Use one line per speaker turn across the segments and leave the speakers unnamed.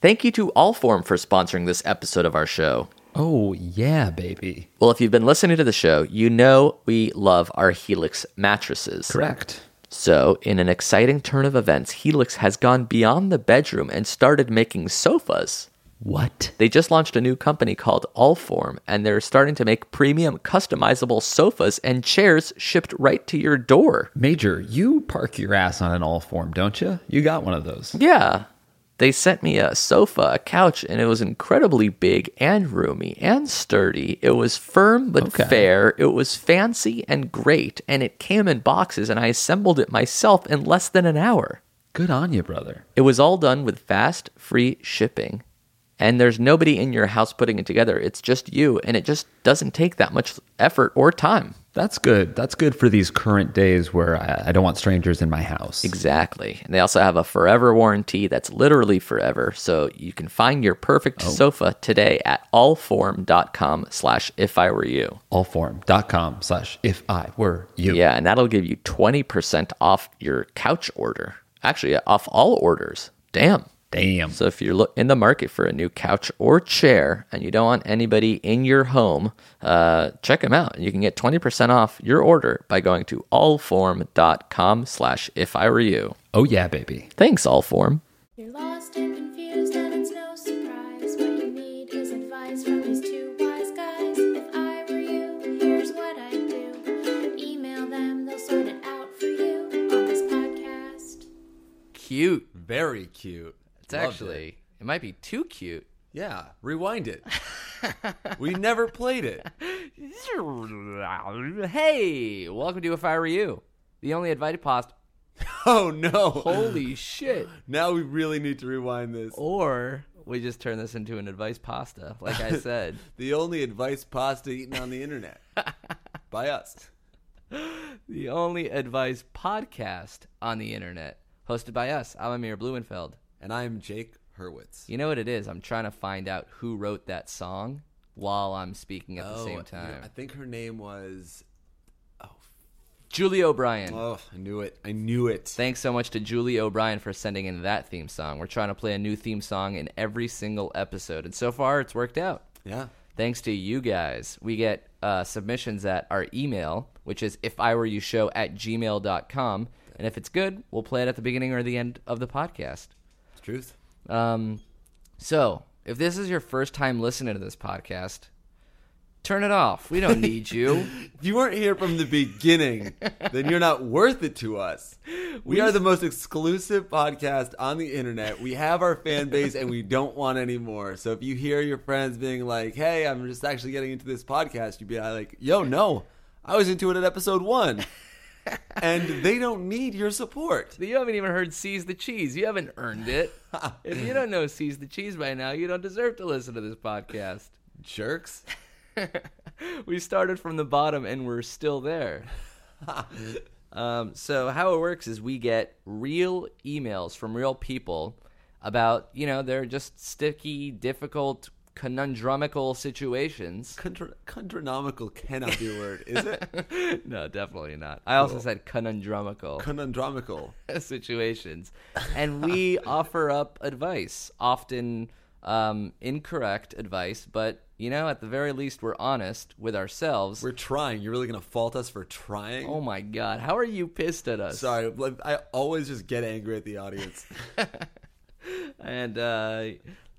Thank you to Allform for sponsoring this episode of our show.
Oh, yeah, baby.
Well, if you've been listening to the show, you know we love our Helix mattresses.
Correct.
So, in an exciting turn of events, Helix has gone beyond the bedroom and started making sofas.
What?
They just launched a new company called Allform, and they're starting to make premium customizable sofas and chairs shipped right to your door.
Major, you park your ass on an all form, don't you? You got one of those.
Yeah. They sent me a sofa, a couch, and it was incredibly big and roomy and sturdy. It was firm but
Okay.
fair. It was fancy and great, and it came in boxes, and I assembled it myself in less than an hour.
Good on you, brother.
It was all done with fast, free shipping. And there's nobody in your house putting it together. It's just you, and it just doesn't take that much effort or time.
That's good. That's good for these current days where I, I don't want strangers in my house.
Exactly. And they also have a forever warranty that's literally forever. So you can find your perfect sofa today at allform.com slash if I were you.
Allform.com slash if I were you.
Yeah, and that'll give you 20% off your couch order. Actually, off all orders. Damn.
Damn.
So if you're look in the market for a new couch or chair and you don't want anybody in your home, uh, check them out. You can get 20% off your order by going to allform.com slash if I were you.
Oh, yeah, baby.
Thanks, Allform.
You're lost and confused, and it's no surprise. What you need is advice from these two wise guys. If I were you, here's what I'd do email them, they'll sort it out for you on this podcast.
Cute.
Very cute.
It's
Loved
actually,
it.
it. might be too cute.
Yeah, rewind it. we never played it.
Hey, welcome to If I Were You, the only invited post.
Oh no.
Holy shit.
Now we really need to rewind this.
Or we just turn this into an advice pasta, like I said.
The only advice pasta eaten on the internet by us.
the only advice podcast on the internet, hosted by us. I'm Amir Blumenfeld.
And I'm Jake Hurwitz.
You know what it is? I'm trying to find out who wrote that song while I'm speaking at the same time.
Oh, I think her name was.
Julie O'Brien.
Oh, I knew it. I knew it.
Thanks so much to Julie O'Brien for sending in that theme song. We're trying to play a new theme song in every single episode, and so far it's worked out.
Yeah.
Thanks to you guys. We get uh, submissions at our email, which is if I were you show at gmail.com. And if it's good, we'll play it at the beginning or the end of the podcast.
It's truth.
Um, so, if this is your first time listening to this podcast, turn it off. We don't need you.
If you weren't here from the beginning, then you're not worth it to us. We are the most exclusive podcast on the internet. We have our fan base and we don't want any more. So if you hear your friends being like, hey, I'm just actually getting into this podcast, you'd be like, yo, no, I was into it at episode one. And they don't need your support.
You haven't even heard Seize the Cheese. You haven't earned it. if you don't know Seize the Cheese by now, you don't deserve to listen to this podcast.
Jerks.
we started from the bottom and we're still there. um, so, how it works is we get real emails from real people about, you know, they're just sticky, difficult, conundrumical situations.
Contra- contronomical cannot be a word, is it?
no, definitely not. I also said conundrumical
Conundromical.
situations, and we offer up advice, often um, incorrect advice, but you know, at the very least, we're honest with ourselves.
We're trying. You're really going to fault us for trying?
oh my god, how are you pissed at us?
Sorry, like, I always just get angry at the audience.
And uh,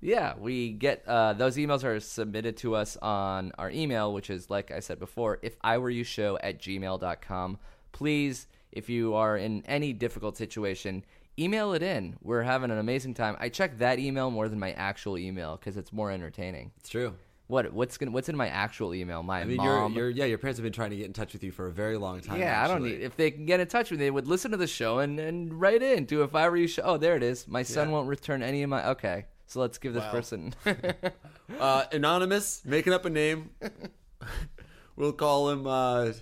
yeah, we get uh, those emails are submitted to us on our email, which is, like I said before, if I were you show at gmail.com. Please, if you are in any difficult situation, email it in. We're having an amazing time. I check that email more than my actual email because it's more entertaining.
It's true.
What what's gonna, what's in my actual email? My
I mean, your,
mom.
your yeah, your parents have been trying to get in touch with you for a very long time.
yeah, I don't
actually.
need. If they can get in touch with me, they would listen to the show and and write in to if I were you. Show. Oh, there it is. My son
Yeah.
won't return any of my. Okay, so let's give this person.
Uh, anonymous, making up a name. we'll call him. uh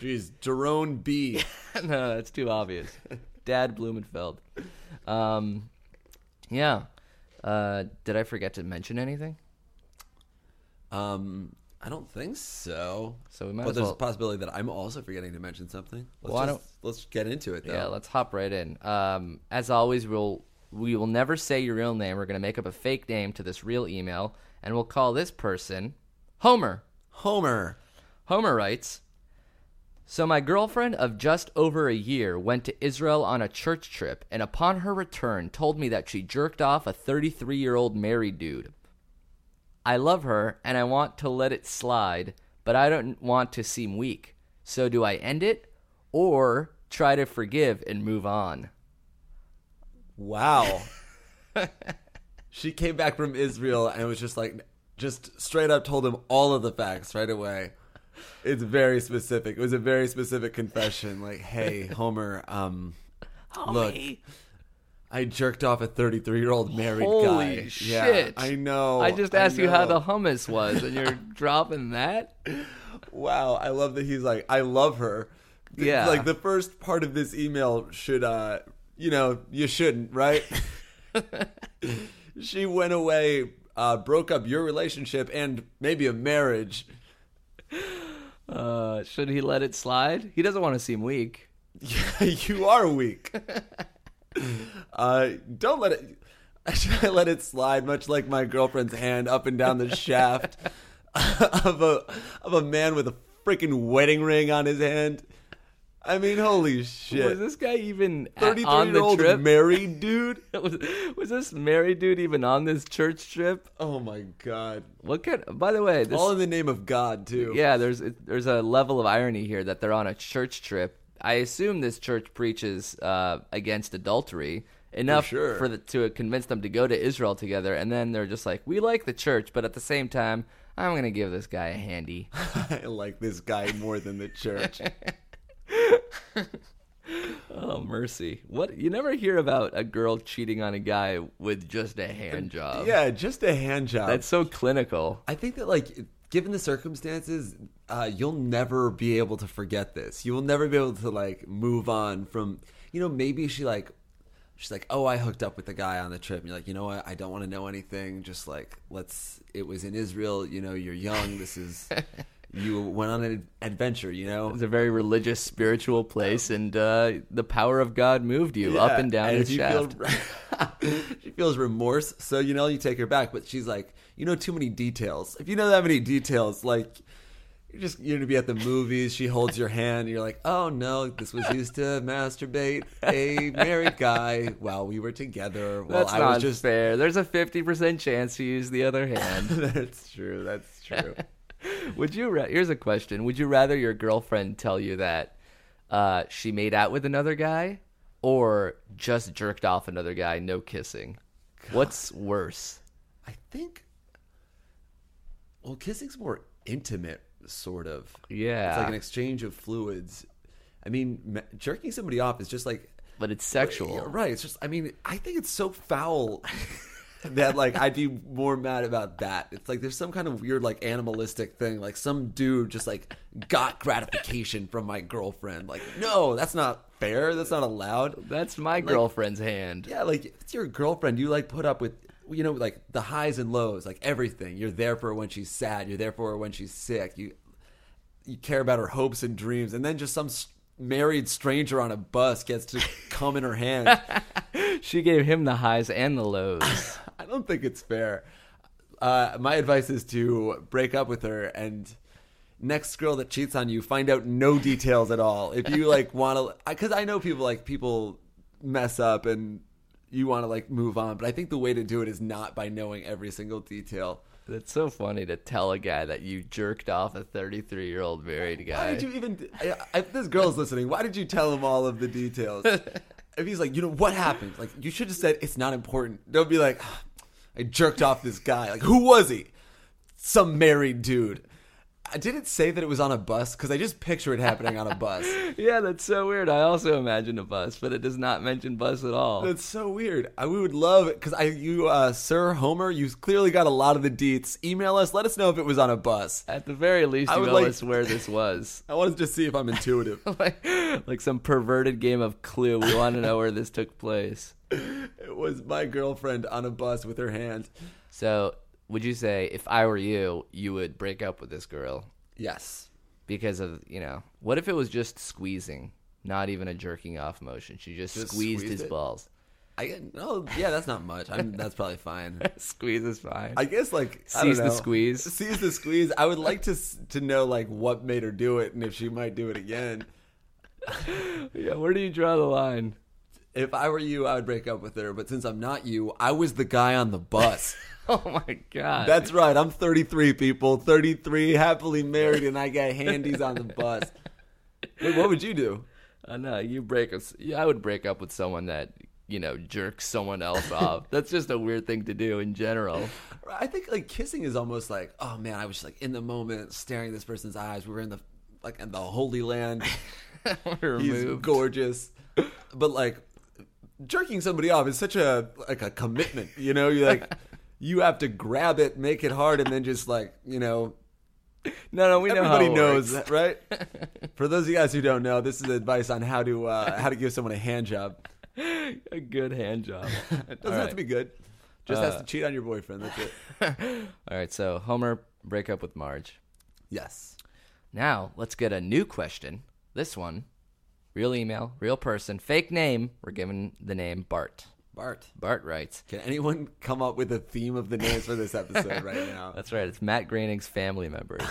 Geez, Jerome B.
no, that's too obvious. Dad Blumenfeld. Um, yeah. Uh, did I forget to mention anything?
Um, I don't think so.
So we might
but
as
there's
well-
a possibility that I'm also forgetting to mention something. Let's
Well, I
just- let's get into it though.
Yeah, let's hop right in. Um, as always, we'll We will never say your real name. We're going to make up a fake name to this real email, and we'll call this person Homer.
Homer.
Homer writes So, my girlfriend of just over a year went to Israel on a church trip, and upon her return, told me that she jerked off a 33 year old married dude. I love her, and I want to let it slide, but I don't want to seem weak. So, do I end it or try to forgive and move on?
Wow. she came back from Israel and was just like, just straight up told him all of the facts right away. It's very specific. It was a very specific confession. Like, hey, Homer, um, look, I jerked off a 33 year old married guy.
Holy
Yeah,
shit.
Oh, I know.
I just asked you how
know.
the hummus was, and you're dropping that?
Wow, I love that he's like, I love her. Th-
Yeah.
Like the first part of this email should uh you know, you shouldn't, right? she went away, uh, broke up your relationship and maybe a marriage.
Uh, should he let it slide? He doesn't want to seem weak.
you are weak. uh don't let it should I let it slide, much like my girlfriend's hand up and down the shaft of a of a man with a freaking wedding ring on his hand. I mean, holy shit.
Was this guy even at-
33
on
year
the
old
trip?
married dude.
was, was this married dude even on this church trip?
Oh my god!
What kind? By the way, this,
All in the name of God too.
yeah, there's there's a level of irony here that they're on a church trip. I assume this church preaches uh, against adultery enough
For sure.
the, to convince them to go to Israel together, and then they're just like, we like the church, but at the same time, I'm gonna give this guy a handy.
I like this guy more than the church.
Oh mercy! What you never hear about a girl cheating on a guy with just a hand job.
yeah, just a hand job.
that's so clinical.
I think that like, given the circumstances, uh, you'll never be able to forget this. You will never be able to like move on from. You know, maybe she like. She's like, oh, I hooked up with the guy on the trip. And you're like, you know what? I don't want to know anything. Just like, let's. It was in Israel. You know, you're young. This is. you went on an adventure. You know,
It's a very religious, spiritual place, and uh, the power of God moved you up
Yeah,
and down
if
the
you
shaft.
Feel, she feels remorse, so you know you take her back, but she's like, you know too many details. If you know that many details, like you're just you're gonna be at the movies. She holds your hand, and you're like, oh no, this was used to masturbate a married guy while we were together. While
That's
I
not
was just
fair. There's a fifty percent chance to use the other hand.
that's true. That's true.
Would you? Ra- Here's a question: Would you rather your girlfriend tell you that uh, she made out with another guy, or just jerked off another guy, no kissing? What's worse?
I think. Well, kissing's more intimate, sort of.
Yeah.
it's like an exchange of fluids. I mean, ma- jerking somebody off is just like
But it's sexual.
Yeah, right. It's just, I mean, I think it's so foul that, like, I'd be more mad about that. It's like there's some kind of weird, like, animalistic thing. Like, some dude just, like, got gratification from my girlfriend. Like, no, that's not fair. That's not allowed.
That's my girlfriend's hand.
Yeah, like, if it's your girlfriend. You, like, put up with, you know, like, the highs and lows, like, everything. You're there for her when she's sad. You're there for her when she's sick. You, you care about her hopes and dreams. And then just some. s Married stranger on a bus gets to come in her hand.
She gave him the highs and the lows.
I don't think it's fair. Uh, my advice is to break up with her and next girl that cheats on you, find out no details at all. If you like want to, because I know people like people mess up and you want to like move on, but I think the way to do it is not by knowing every single detail.
That's so funny to tell a guy that you jerked off a 33 year old married
Why
guy.
did you even? I- I- If this girl's listening, why did you tell him all of the details? If he's like, you know what happened? Like, you should have said it's not important. Don't be like, "Ah, I jerked off this guy. Like, who was he? Some married dude. I didn't say that it was on a bus because I just picture it happening on a bus.
yeah, that's so weird. I also imagined a bus, but it does not mention bus at all.
That's so weird. I, we would love it because I, you, uh, Sir Homer, you clearly got a lot of the deets. Email us. Let us know if it was on a bus.
At the very least,
I
you
would
owe
like-
us where this was.
I wanted to see if I'm intuitive.
like, like some perverted game of Clue. We want to know where this took place.
it was my girlfriend on a bus with her hand.
So, would you say if I were you, you would break up with this girl
Yes.
because of you know? What if it was just squeezing, not even a jerking off motion? She just,
Just
squeezed
squeezed
his
it?
balls.
I get no. Yeah, that's not much. I'm, that's probably fine.
Squeeze is fine.
I guess like I
Seize
don't
the
know.
squeeze.
Seize the squeeze. I would like to s- to know like what made her do it and if she might do it again.
yeah, where do you draw the line?
If I were you, I would break up with her. But since I'm not you, I was the guy on the bus.
Oh my god.
That's right. I'm 33, people. 33, happily married, and I got handies on the bus. Wait, what would you do?
I know you break us. yeah, I would break up with someone that you know jerks someone else off. That's just a weird thing to do in general.
I think like kissing is almost like, oh man, I was just, like in the moment, staring at this person's eyes. We were in the like in the holy land. He's
Remove.
gorgeous, but like jerking somebody off is such a like a commitment. You know, you like you have to grab it, make it hard, and then just like you know
no, no, we know how
Everybody
it
knows
works.
that, right? For those of you guys who don't know, this is advice on how to uh, how to give someone a hand job.
a good hand job.
It doesn't have to be good. Just has
Uh.
to cheat on your boyfriend. That's it.
All right, so Homer break up with Marge.
Yes.
Now let's get a new question. This one, real email, real person, fake name. We're given the name Bart.
Bart.
Bart writes.
Can anyone come up with a theme of the names for this episode right now?
That's right. It's Matt Groening's family members.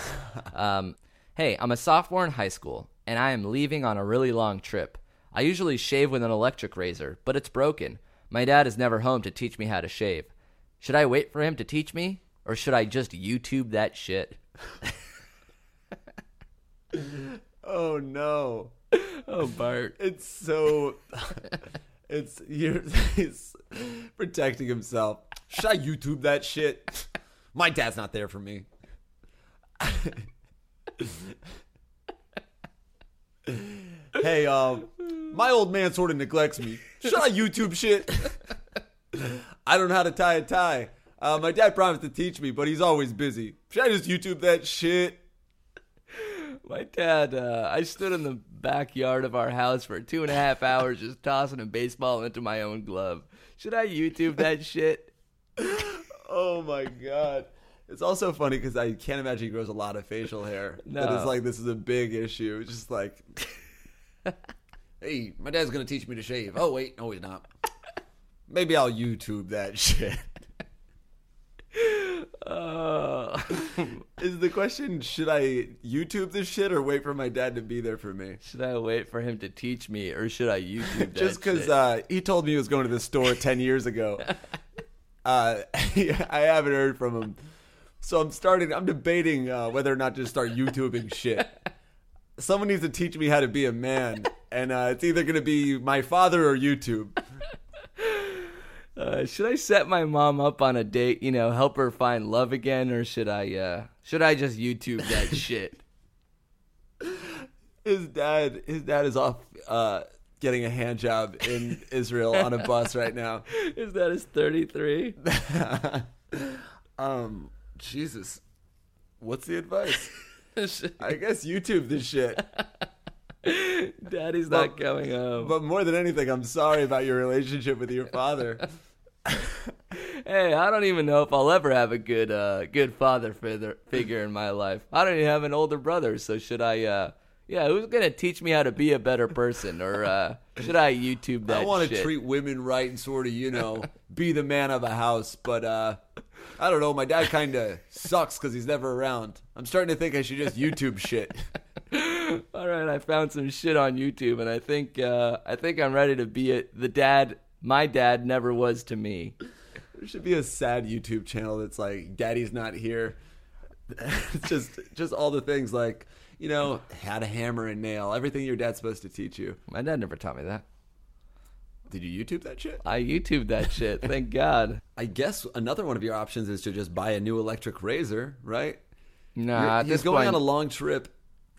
um, hey, I'm a sophomore in high school, and I am leaving on a really long trip. I usually shave with an electric razor, but it's broken. My dad is never home to teach me how to shave. Should I wait for him to teach me, or should I just YouTube that shit?
Oh no.
Oh, Bart.
It's so it's you're he's protecting himself. Should I YouTube that shit? My dad's not there for me. hey, um, my old man sort of neglects me. Should I YouTube shit? I don't know how to tie a tie. Uh, my dad promised to teach me, but he's always busy. Should I just YouTube that shit?
My dad, uh, I stood in the backyard of our house for two and a half hours just tossing a baseball into my own glove. Should I YouTube that shit?
Oh my god. It's also funny because I can't imagine he grows a lot of facial hair. That
No.
is like this is a big issue. It's just like, hey, my dad's gonna teach me to shave. Oh wait, no, he's not. Maybe I'll YouTube that shit.
Uh,
Is the question should I YouTube this shit or wait for my dad to be there for me?
Should I wait for him to teach me, or should I YouTube that?
just because
shit?
uh, he told me he was going to the store 10 years ago uh, i haven't heard from him so i'm starting i'm debating uh, whether or not to start youtubing shit someone needs to teach me how to be a man and uh, it's either going to be my father or youtube
Uh, should I set my mom up on a date? You know, help her find love again, or should I? Uh, should I just YouTube that shit?
his dad his dad is off uh, getting a hand job in israel on a bus right now
Is that his thirty-three?
um jesus what's the advice i guess youtube this shit
Daddy's
Well,
not coming home.
But more than anything, I'm sorry about your relationship with your father.
hey, I don't even know if I'll ever have a good, uh, good father figure figure in my life. I don't even have an older brother, so should I? Uh, yeah, who's gonna teach me how to be a better person, or uh, should I YouTube that?
I want to
shit?
treat women right and sort of, you know, be the man of a house. But uh, I don't know. My dad kind of sucks because he's never around. I'm starting to think I should just YouTube shit.
All right, I found some shit on YouTube, and I think uh, I think I'm ready to be it. The dad, my dad, never was to me.
There should be a sad YouTube channel that's like, "Daddy's not here." It's just, just all the things like, you know, how to hammer and nail everything your dad's supposed to teach you.
My dad never taught me that.
Did you YouTube that shit?
I YouTube that shit. Thank God.
I guess another one of your options is to just buy a new electric razor, right? You're-
Nah, Uh, at
he's
this
going
point,
on a long trip.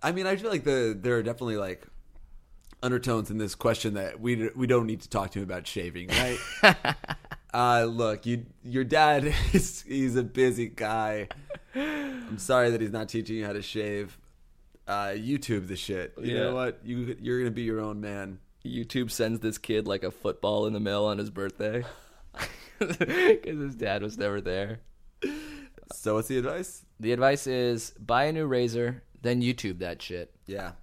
I mean, I feel like the there are definitely like undertones in this question that we we don't need to talk to him about shaving, right? uh, look, you your dad is he's a busy guy. I'm sorry that he's not teaching you how to shave. Uh, YouTube the shit. You
Yeah.
know what? You you're gonna be your own man.
YouTube sends this kid like a football in the mail on his birthday because his dad was never there.
So what's the advice?
The advice is buy a new razor, then YouTube that shit.
Yeah,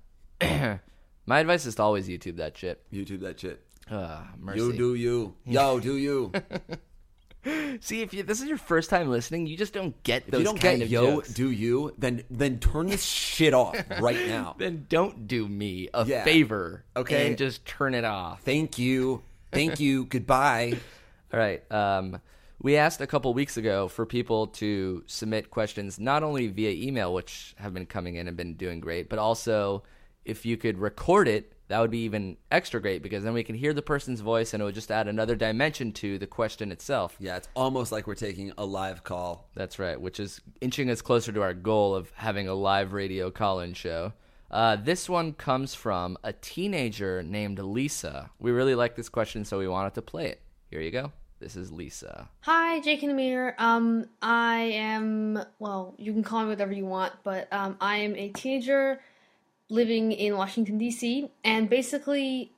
my advice is to always YouTube that shit.
YouTube that shit.
Uh, mercy.
You do you. Yo, do you.
See, if you, this is your first time listening, you just don't get
if
those
you don't
kind
get
of
yo,
jokes.
do you, then then turn this shit off right now.
then don't do me a
Yeah.
favor,
Okay.
and just turn it off.
Thank you. Thank you. Goodbye.
All right. Um, we asked a couple weeks ago for people to submit questions not only via email, which have been coming in and been doing great, but also if you could record it, that would be even extra great because then we can hear the person's voice and it would just add another dimension to the question itself.
Yeah, it's almost like we're taking a live call.
That's right, which is inching us closer to our goal of having a live radio call in show. Uh, this one comes from a teenager named Lisa. We really like this question, so we wanted to play it. Here you go. This is Lisa.
Hi, Jake and Amir. Um, I am, well, you can call me whatever you want, but um, I am a teenager living in Washington, D.C., and basically,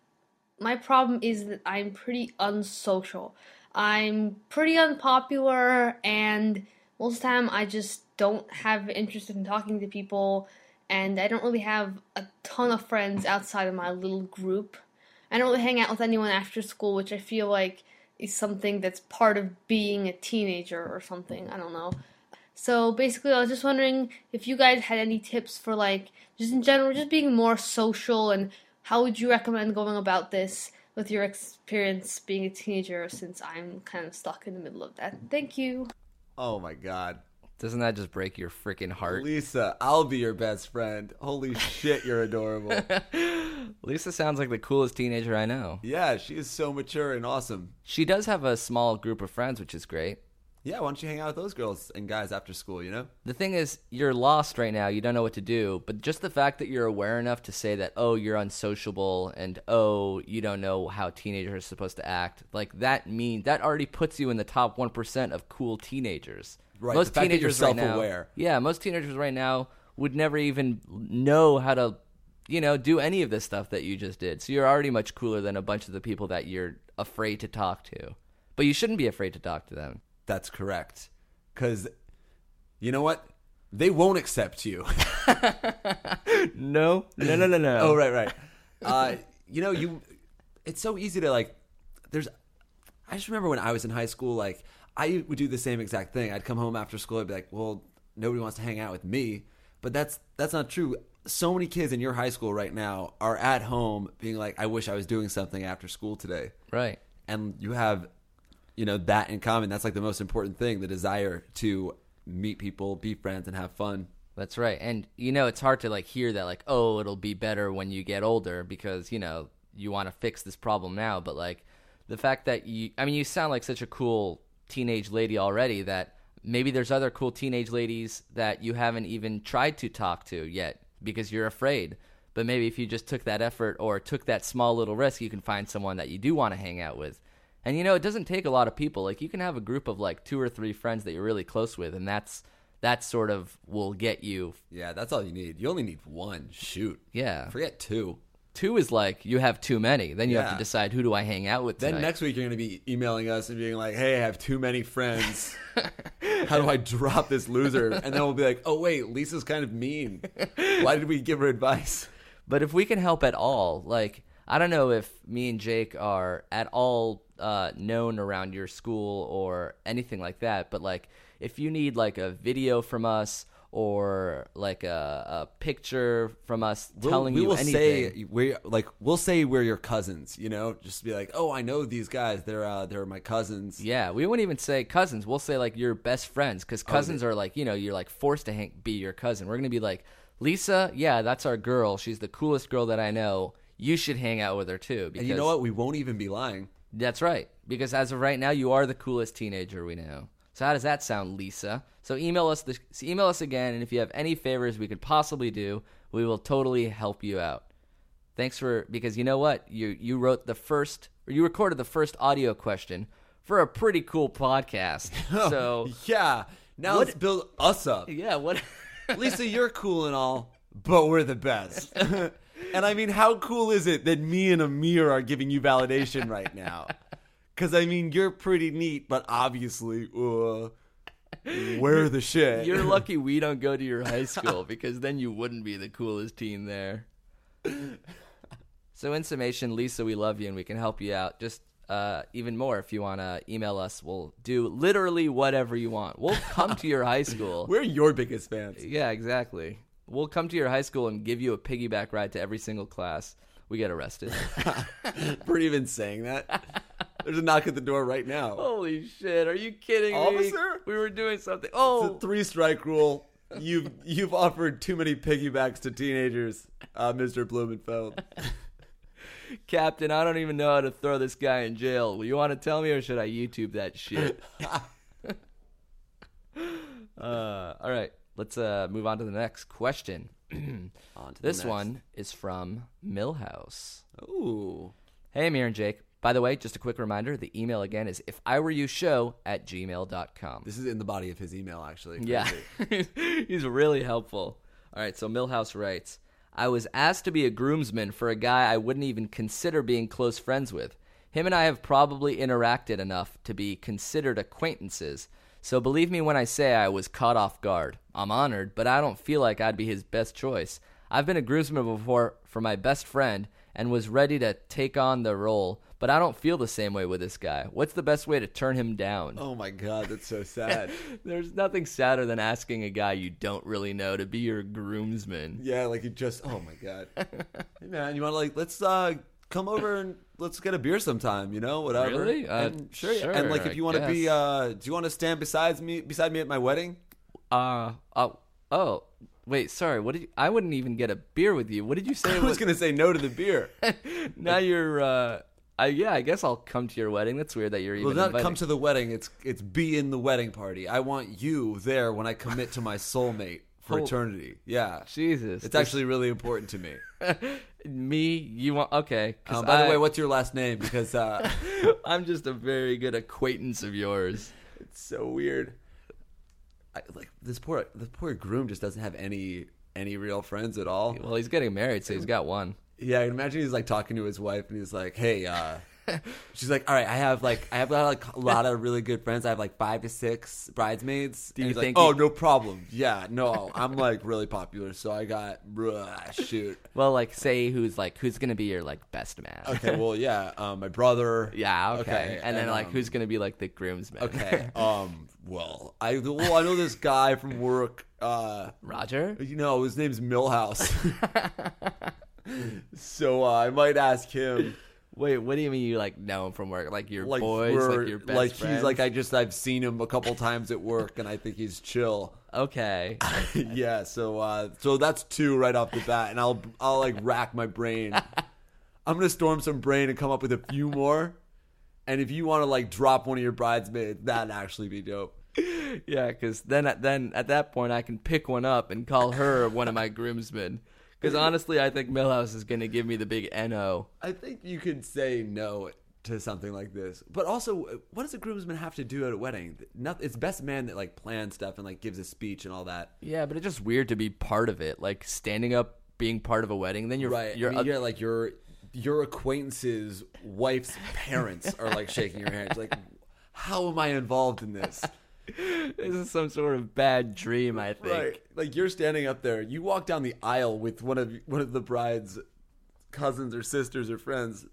my problem is that I'm pretty unsocial. I'm pretty unpopular, and most of the time, I just don't have interest in talking to people, and I don't really have a ton of friends outside of my little group. I don't really hang out with anyone after school, which I feel like is something that's part of being a teenager or something. I don't know. So basically, I was just wondering if you guys had any tips for like just in general, just being more social, and how would you recommend going about this with your experience being a teenager? Since I'm kind of stuck in the middle of that. Thank you.
Oh my god.
Doesn't that just break your freaking heart?
Lisa, I'll be your best friend. Holy shit, you're adorable.
Lisa sounds like the coolest teenager I know.
yeah, she is so mature and awesome.
She does have a small group of friends, which is great.
Yeah, why don't you hang out with those girls and guys after school, you know?
The thing is, you're lost right now. You don't know what to do. But just the fact that you're aware enough to say that, oh, you're unsociable and oh, you don't know how teenagers are supposed to act, like that mean that already puts you in the top 1% of cool teenagers.
Right, the fact that you're
Right now,
self-aware.
yeah, most teenagers right now would never even know how to, you know, do any of this stuff that you just did. So you're already much cooler than a bunch of the people that you're afraid to talk to. But you shouldn't be afraid to talk to them.
That's correct. Cuz you know what? They won't accept you.
No, no, no, no, no.
oh, right, right. Uh, you know, you it's so easy to like there's I just remember when I was in high school like I would do the same exact thing. I'd come home after school I'd be like, "Well, nobody wants to hang out with me." But that's that's not true. So many kids in your high school right now are at home being like, "I wish I was doing something after school today."
Right.
and you have you know that in common that's like the most important thing the desire to meet people be friends and have fun
That's right. And you know, it's hard to like hear that like, oh, it'll be better when you get older because, you know, you want to fix this problem now, but like the fact that you I mean, you sound like such a cool teenage lady already that maybe there's other cool teenage ladies that you haven't even tried to talk to yet because you're afraid. But maybe if you just took that effort or took that small little risk, you can find someone that you do want to hang out with. And you know, it doesn't take a lot of people. Like you can have a group of like two or three friends that you're really close with, and that's that sort of will get you.
yeah that's all you need you only need one shoot
Yeah,
forget two
two is like you have too many. Then you have
Yeah.
to decide who do I hang out with.
then
Tonight.
next week you're going to be emailing us and being like hey i have too many friends how do i drop this loser and then we'll be like oh wait lisa's kind of mean why did we give her advice
But if we can help at all, like I don't know if me and Jake are at all uh, known around your school or anything like that, but like if you need like a video from us or like a, a picture from us telling
we
you
will
anything,
say we like we'll say we're your cousins you know just be like oh i know these guys they're uh they're my cousins
yeah, we wouldn't even say cousins. We'll say like your best friends
Oh,
because cousins are like you know you're like forced to hang- be your cousin. We're gonna be like Lisa, yeah, that's our girl. She's the coolest girl that I know. You should hang out with her too. Because
and you know what we won't even be lying
That's right. Because as of right now, you are the coolest teenager we know. So how does that sound, Lisa? So email us the email us again, and if you have any favors we could possibly do, we will totally help you out. Thanks for because you know what you you wrote the first or you recorded the first audio question for a pretty cool podcast. so
Yeah. Now let's build us up.
yeah, what?
Lisa, you're cool and all, but we're the best. and I mean, how cool is it that me and Amir are giving you validation right now? Because I mean, you're pretty neat, but obviously, uh, we're the shit.
You're lucky we don't go to your high school because then you wouldn't be the coolest teen there. So, in summation, Lisa, we love you and we can help you out just uh, even more if you want to email us. We'll do literally whatever you want. We'll come to your high school.
We're your biggest fans.
Yeah, exactly. We'll come to your high school and give you a piggyback ride to every single class. We get arrested.
For even saying that. There's a knock at the door right now.
Holy shit! Are you kidding me?
Officer?
We were doing something.
It's
Oh,
a three strike rule. You've you've offered too many piggybacks to teenagers, uh, Mr. Blumenfeld.
Captain, I don't even know how to throw this guy in jail. You want to tell me, or should I YouTube that shit? uh, all right, let's uh, move on to the next question.
On to the
this
next.
one is from Millhouse.
Ooh.
Hey, Amir and Jake. By the way, just a quick reminder the email again is if I were you show at gmail.com.
This is in the body of his email, actually.
Yeah. He's really helpful. All right, so Millhouse writes I was asked to be a groomsman for a guy I wouldn't even consider being close friends with. Him and I have probably interacted enough to be considered acquaintances. So believe me when I say I was caught off guard. I'm honored, but I don't feel like I'd be his best choice. I've been a groomsman before for my best friend and was ready to take on the role, but I don't feel the same way with this guy. What's the best way to turn him down?
Oh my god, that's so sad.
There's nothing sadder than asking a guy you don't really know to be your groomsman.
yeah, like you just. Oh my god. Hey man, you want to like let's uh come over and let's get a beer sometime. You know, whatever.
Really? Uh,
and, sure. yeah.
sure,
and like
I
if you want to be,
guess.
uh do you want to stand beside me beside me at my wedding?
Uh, oh, oh, wait, sorry. What did you, I wouldn't even get a beer with you. What did you say?
I
was-
was gonna say no to the beer.
now you're, uh, I, yeah, I guess I'll come to your wedding. That's weird that you're even
Well, not
inviting.
come to the wedding. It's it's be in the wedding party. I want you there when I commit to my soulmate for
Oh.
eternity. Yeah,
Jesus.
it's
this-
actually really important to me.
me, you want, okay. 'cause
Um, by
I-
the way, what's your last name? Because uh,
I'm just a very good acquaintance of yours.
it's so weird. I, like this poor this poor groom just doesn't have any any real friends at all.
Well, he's getting married, so he's got one.
Yeah, I can imagine he's like talking to his wife, and he's like, "Hey," uh, she's like, "All right, I have like I have like a lot of really good friends. I have like five to six bridesmaids." Do
you think
oh,
he-
no problem. Yeah, no, I'm like really popular, so I got bruh, shoot.
Well, like, say who's like, who's going to be your, like, best man?
Okay, well, yeah, um, my brother.
Yeah, okay. And then, like,
um,
who's going to be, like, the groomsman?
Okay, um, well, I well I know this guy from work. Uh,
Roger?
you know, his name's Millhouse. so uh, I might ask him.
Wait, what do you mean you like know him from work? Like your
like
boys,
we're-
like your best
like
friends?
he's like I just I've seen him a couple times at work and I think he's chill.
okay,
yeah, so uh so that's two right off the bat and I'll I'll like rack my brain. I'm going to storm some brain and come up with a few more. And if you want to like drop one of your bridesmaids, that'd actually be dope.
yeah, because then at- then at that point I can pick one up and call her one of my groomsmen. Because honestly, I think Millhouse is gonna give me the big no.
I think you could say no to something like this. But also, what does a groomsman have to do at a wedding? Nothing. It's best man that like plans stuff and like gives a speech and all that.
Yeah, but it's just weird to be part of it, like standing up, being part of a wedding. Then you're
Right.
you're
I mean, yeah, like your your acquaintance's wife's parents are like shaking your hands. Like, how am I involved in this?
this is some sort of bad dream. I think.
Like you're standing up there. You walk down the aisle with one of one of the bride's cousins or sisters or friends.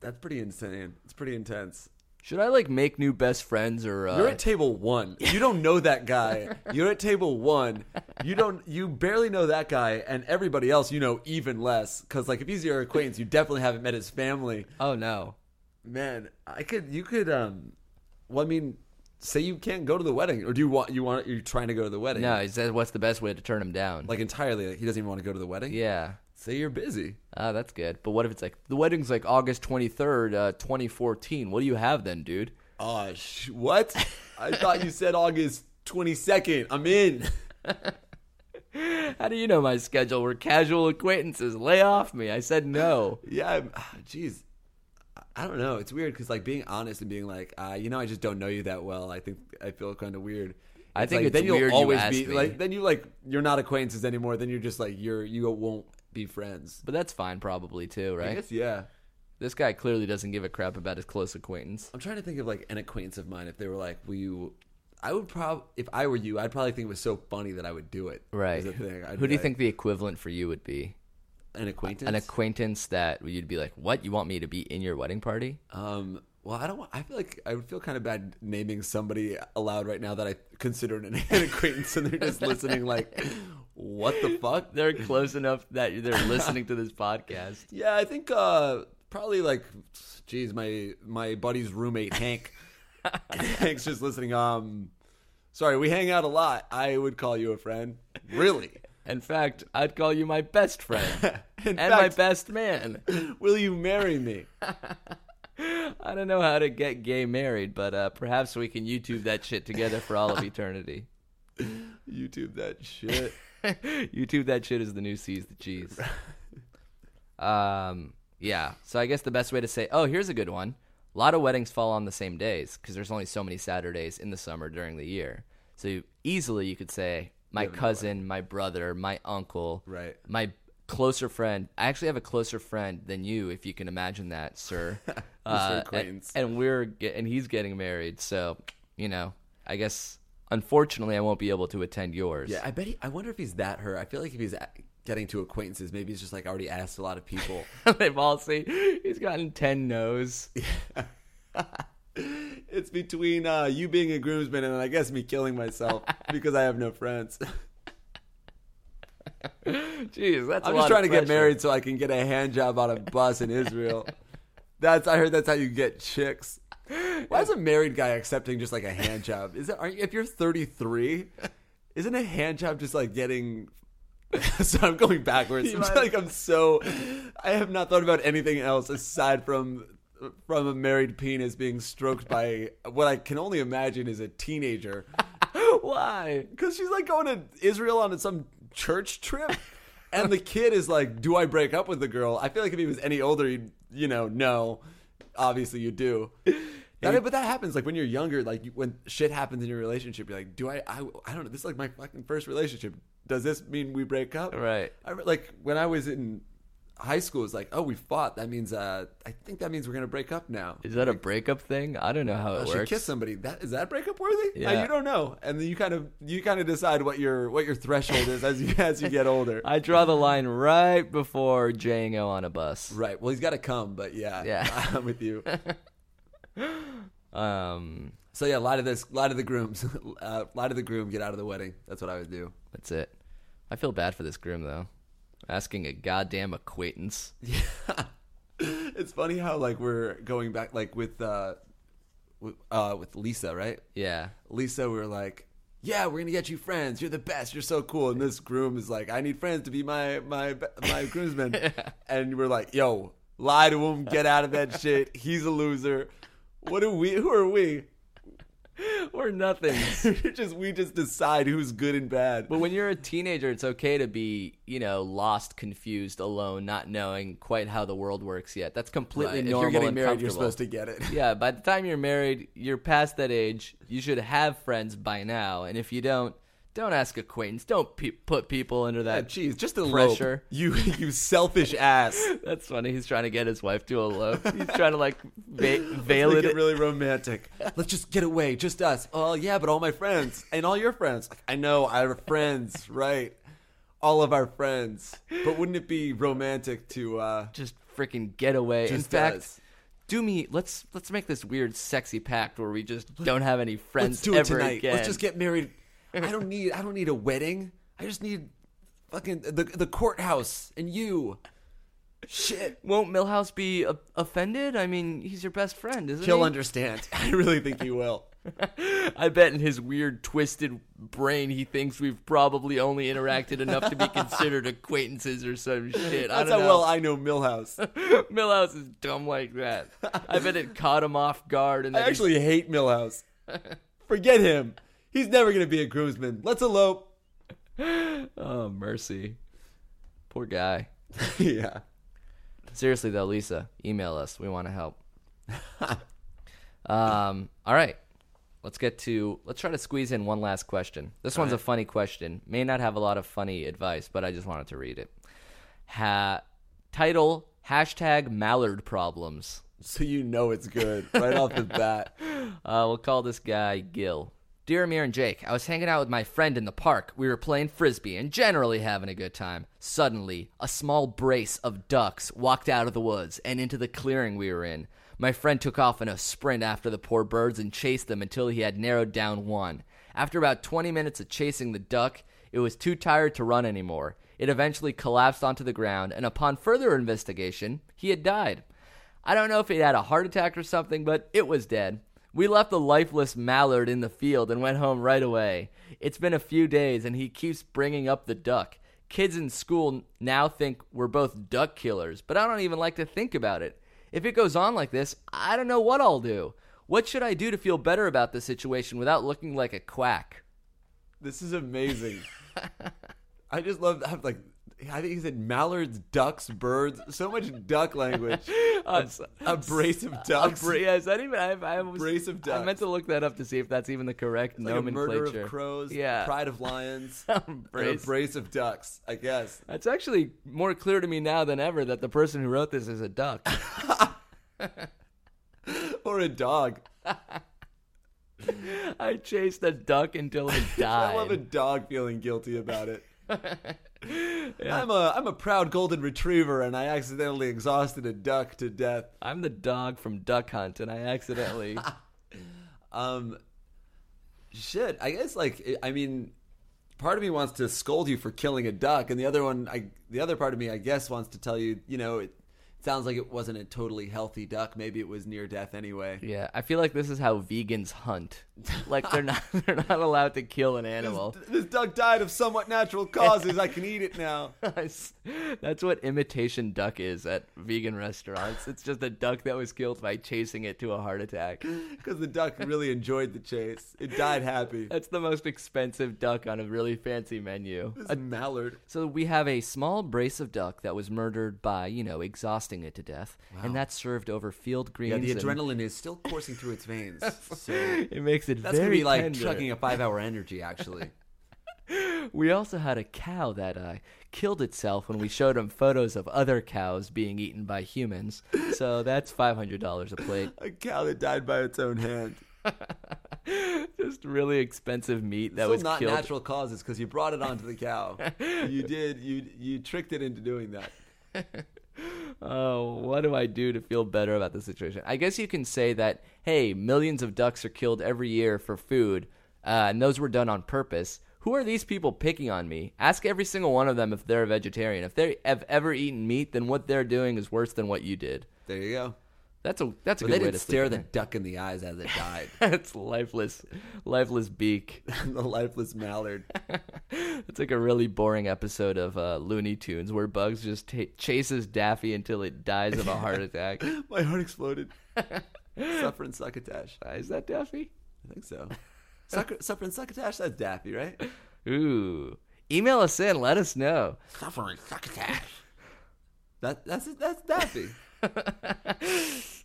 That's pretty insane. It's pretty intense.
Should I like make new best friends or? Uh,
You're at table one. You don't know that guy. You're at table one. You don't. You barely know that guy, and everybody else you know even less. Because like if he's your acquaintance, you definitely haven't met his family.
oh no.
Man, I could. You could. Um. Well, I mean, say you can't go to the wedding, or do you want? You want? You're trying to go to the wedding?
No, he says, "What's the best way to turn him down?"
Like entirely. Like he doesn't even want to go to the wedding.
yeah,
Say you're busy.
Oh, that's good. But what if it's like the wedding's like August 23rd, uh, 2014? What do you have then, dude?
Oh, sh- what? I thought you said August 22nd. I'm in.
How do you know my schedule? We're casual acquaintances. Lay off me. I said no.
Yeah. I'm, ah, jeez. I- I don't know. It's weird because like being honest and being like, uh, you know, I just don't know you that well. I think I feel kind of weird.
I think
like,
it's
then you'll
weird you
always
asked
be
me.
like then you like you're not acquaintances anymore. Then you're just like you're you won't be friends.
But that's fine, probably, too,
I
right?
guess yeah.
This guy clearly doesn't give a crap about his close acquaintance.
I'm trying to think of like an acquaintance of mine. If they were like, "Will you?" I would probably, if I were you, I'd probably think it was so funny that I would do it.
Right.
is the thing. I'd
Who
be
do you
like,
think the equivalent for you would be?
an acquaintance.
an acquaintance that you'd be like, "What? You want me to be in your wedding party?"
um, well, I don't. Want, I feel like I would feel kind of bad naming somebody aloud right now that I consider an, an acquaintance, and they're just listening. Like, what the fuck?
They're close enough that they're listening to this podcast.
Yeah, I think uh, probably like, geez, my my buddy's roommate Hank. Hank's just listening. Um, sorry, we hang out a lot. I would call you a friend. Really?
In fact, I'd call you my best friend
In
and my
fact,
best man.
will you marry me?
I don't know how to get gay married, but uh, perhaps we can YouTube that shit together for all of eternity.
YouTube that shit.
YouTube that shit is the new C's the cheese. Um, yeah. So I guess the best way to say, oh, here's a good one. A lot of weddings fall on the same days because there's only so many Saturdays in the summer during the year. So you, easily you could say my cousin, my brother, my uncle,
Right.
My closer friend. I actually have a closer friend than you, if you can imagine that, sir. uh, and,
acquaintance.
and we're ge- and he's getting married, so you know. I guess unfortunately, I won't be able to attend yours.
Yeah, I bet. He, I wonder if he's that her. I feel like if he's a- getting to acquaintances, maybe he's just like already asked a lot of people.
They've all seen he's gotten ten no's.
it's between uh, you being a groomsman and I guess me killing myself because I have no friends.
Jeez, that's.
I'm just trying to get married so I can get a hand job on a bus in Israel. That's I heard that's how you get chicks. Why is a married guy accepting just like a hand job? Is it aren't you, if you're 33, isn't a hand job just like getting? so I'm going backwards. I'm like I'm so. I have not thought about anything else aside from from a married penis being stroked by what I can only imagine is a teenager.
Why?
Because she's like going to Israel on some church trip. And the kid is like, Do I break up with the girl? I feel like if he was any older, you'd, you know, no. Obviously, you do. That- but that happens. Like when you're younger, like you- when shit happens in your relationship, you're like, Do I, I, I don't know. This is like my fucking first relationship. Does this mean we break up?
Right.
I, re- like when I was in high school, it's like, Oh, we fought. That means, uh, I think that means we're going to break up now.
Is that a breakup thing? I don't know how it
I Oh, should
works.
kiss somebody. That is that breakup worthy? Uh,
Yeah.
you don't know, and then you kind of you kind of decide what your what your threshold is as you as you get older.
I draw the line right before J O on a bus.
right. Well, he's got to come, but yeah,
Yeah.
I'm with you.
Um,
So yeah, a lot of this, a lot of the grooms, uh, a lot of the groom get out of the wedding. That's what I would do.
that's it. I feel bad for this groom though, asking a goddamn acquaintance.
It's funny how like we're going back like with uh, w- uh with Lisa, right?
Yeah.
Lisa, we were like, "Yeah, we're gonna get you friends. You're the best. You're so cool." And this groom is like, "I need friends to be my my my groomsmen." And we're like, "Yo, lie to him. Get out of that shit. He's a loser. What are we? Who are we?
Or nothing.
just we just decide who's good and bad."
But when you're a teenager, it's okay to be, you know, lost, confused, alone, not knowing quite how the world works yet. That's completely
if
normal.
you're getting
and
married, you're
comfortable.
supposed to get it.
Yeah, by the time you're married, you're past that age. You should have friends by now. And if you don't, don't ask acquaintance. Don't pe- put people under
Yeah,
that.
Jeez, just a
Pressure.
You you selfish ass.
That's funny. He's trying to get his wife to elope. He's trying to like va- veil it.
Make it really romantic. Let's just get away, just us. Oh yeah, but all my friends and all your friends. Like, I know our friends, right? All of our friends. But wouldn't it be romantic to? uh
just freaking get away. In
Just
fact,
us.
do me. Let's let's make this weird, sexy pact where we just don't have any friends
Let's do it
ever
tonight.
again.
Let's just get married. I don't need. I don't need a wedding. I just need fucking the the courthouse and you. Shit.
Won't Millhouse be o- offended? I mean, he's your best friend, isn't
He'll
he?
understand. I really think he will.
I bet in his weird, twisted brain, he thinks we've probably only interacted enough to be considered acquaintances or some shit. I
That's
don't
how
know.
well I know Millhouse.
Millhouse is dumb like that. I bet it caught him off guard. And
I
that he's-
actually hate Millhouse. Forget him. He's never gonna be a groomsman. Let's elope.
oh mercy, poor guy.
yeah.
Seriously though, Lisa, email us. We want to help. um, all right, let's get to. Let's try to squeeze in one last question. This one's a funny question. May not have a lot of funny advice, but I just wanted to read it. Ha- title hashtag Mallard problems.
So you know it's good right off the bat.
Uh, we'll call this guy Gil. Dear Amir and Jake, I was hanging out with my friend in the park. We were playing frisbee and generally having a good time. Suddenly, a small brace of ducks walked out of the woods and into the clearing we were in. My friend took off in a sprint after the poor birds and chased them until he had narrowed down one. After about 20 minutes of chasing the duck, it was too tired to run anymore. It eventually collapsed onto the ground, and upon further investigation, he had died. I don't know if he had a heart attack or something, but it was dead. We left the lifeless mallard in the field and went home right away. It's been a few days, and he keeps bringing up the duck. Kids in school now think we're both duck killers, but I don't even like to think about it. If it goes on like this, I don't know what I'll do. What should I do to feel better about the situation without looking like a quack?
This is amazing. I just love I'm like I think he said mallards, ducks, birds. So much duck language.
Uh, so-
A brace of ducks.
Abra- yeah, is that even? I, I was,
Brace of
I meant
ducks.
to look that up to see if that's even the correct
like a
nomenclature.
murder of crows.
Yeah.
Pride of lions.
Brace.
And a brace of ducks. I guess.
It's actually more clear to me now than ever that the person who wrote this is a duck.
Or a dog.
I chased a duck until it died.
I love a dog feeling guilty about it. I'm a I'm a proud golden retriever, and I accidentally exhausted a duck to death.
I'm the dog from Duck Hunt, and I accidentally.
Um, shit. I guess like I- I mean, part of me wants to scold you for killing a duck, and the other one, I the other part of me, I guess, wants to tell you, you know, it sounds like it wasn't a totally healthy duck. Maybe it was near death anyway.
yeah, I feel like this is how vegans hunt. Like they're not they're not allowed to kill an animal.
This, this duck died of somewhat natural causes. I can eat it now.
That's what imitation duck is at vegan restaurants. It's just a duck that was killed by chasing it to a heart attack.
Because the duck really enjoyed the chase. It died happy.
That's the most expensive duck on a really fancy menu.
This mallard.
So we have a small brace of duck that was murdered by, you know, exhausting it to death, and that's served over field
Yeah,
greens.
the
and
adrenaline is still coursing through its veins. So
It makes it
that's gonna
very
be like
tender.
chugging a five-hour energy. Actually,
We also had a cow that uh, killed itself when we showed him photos of other cows being eaten by humans. So that's five hundred dollars a plate.
a cow that died by its own hand.
Just really expensive meat that
Still
was
not
killed.
natural causes because you brought it onto the cow. you did. You you tricked it into doing that.
Oh, what do I do to feel better about the situation? I guess you can say that, hey, millions of ducks are killed every year for food, uh, and those were done on purpose. Who are these people picking on me? Ask every single one of them if they're a vegetarian. If they have ever eaten meat, then what they're doing is worse than what you did.
There you go.
That's a that's a good
But they
way
didn't
to
stare
sleep
the
at
duck in the eyes as it died.
night. It's lifeless, lifeless beak.
the lifeless mallard.
It's like a really boring episode of uh, Looney Tunes where Bugs just ta chases Daffy until it dies of a heart attack.
My heart exploded. Suffering succotash.
Uh, Is that Daffy?
I think so. Sucker, suffering succotash. That's Daffy, right?
Ooh. Email us in. Let us know.
Suffering succotash. That that's that's Daffy.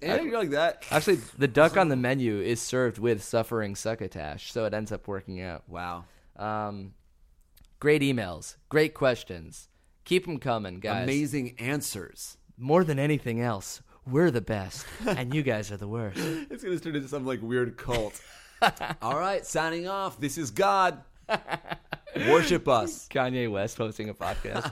Anything like that.
Actually, the duck on the menu is served with suffering succotash, so it ends up working out.
Wow.
Um, great emails. Great questions. Keep them coming, guys.
Amazing answers.
More than anything else, we're the best, and you guys are the worst.
It's gonna turn into some like weird cult. All right, signing off. This is God. Worship us.
Kanye West hosting a podcast.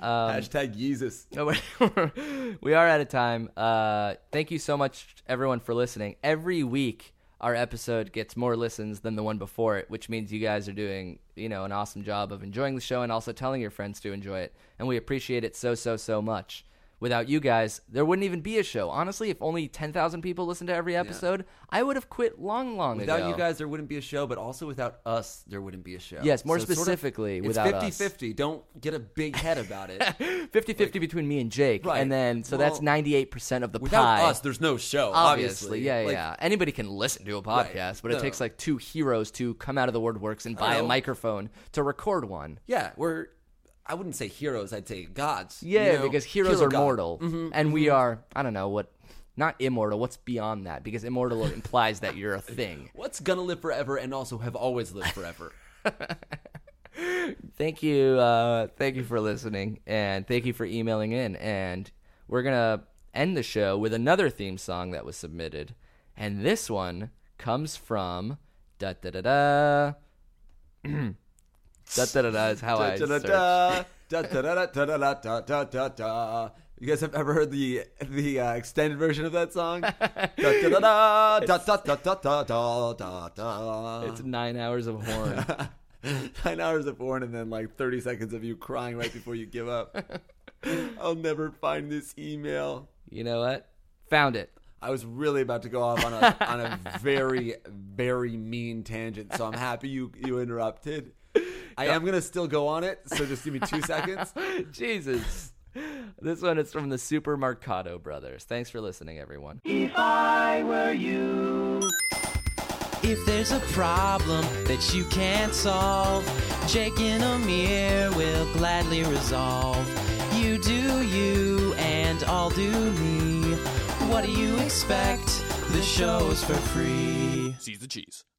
Um,
Hashtag Jesus.
No, Oh, we're- we are out of time. Uh, thank you so much, everyone, for listening. Every week, our episode gets more listens than the one before it, which means you guys are doing, you know, an awesome job of enjoying the show and also telling your friends to enjoy it. And we appreciate it so, so, so much. Without you guys, there wouldn't even be a show. Honestly, if only ten thousand people listened to every episode, I would have quit long, long
Without
ago.
you guys, there wouldn't be a show, but also without us, there wouldn't be a show.
Yes, more
it's sort of-
specifically,
it's
without us.
50 Don't get a big head about it.
50-50 between me and Jake,
Right.
and then so that's
Well,
ninety eight percent of the
without
pie.
us, there's no show.
obviously,
Obviously,
yeah,
Like,
yeah. Anybody can listen to a podcast,
Right,
but it
no.
takes like two heroes to come out of the woodworks and buy a
know.
microphone to record one.
yeah. We're I wouldn't say heroes. I'd say gods. you
Yeah,
know?
because heroes
Hero Mm-hmm,
are
god.
mortal, and we are. I don't know what, not immortal. What's beyond that? Because immortal implies that you're a thing.
What's gonna live forever and also have always lived forever?
Thank you, uh, thank you for listening, and thank you for emailing in. And we're gonna end the show with another theme song that was submitted, and this one comes from Da da da da. da da da da is how I search.
Da-da-da-da, da-da-da-da-da-da-da-da-da. You guys have ever heard the the uh, extended version of that song? Da-da-da-da, da-da-da-da-da-da-da-da.
It's nine hours of horn.
Nine hours of porn and then like 30 seconds of you crying right before you give up. I'll never find this email.
you know what? Found it.
I was really about to go off on a on a very very mean tangent, so I'm happy you you interrupted. I am gonna still go on it, so just give me two seconds.
Jesus. This one is from the Supermercado Brothers. Thanks for listening, everyone.
If there's a problem that you can't solve, Jake and Amir will gladly resolve. You do you, and I'll do me. What do you expect? The show's for free.
Seize the cheese.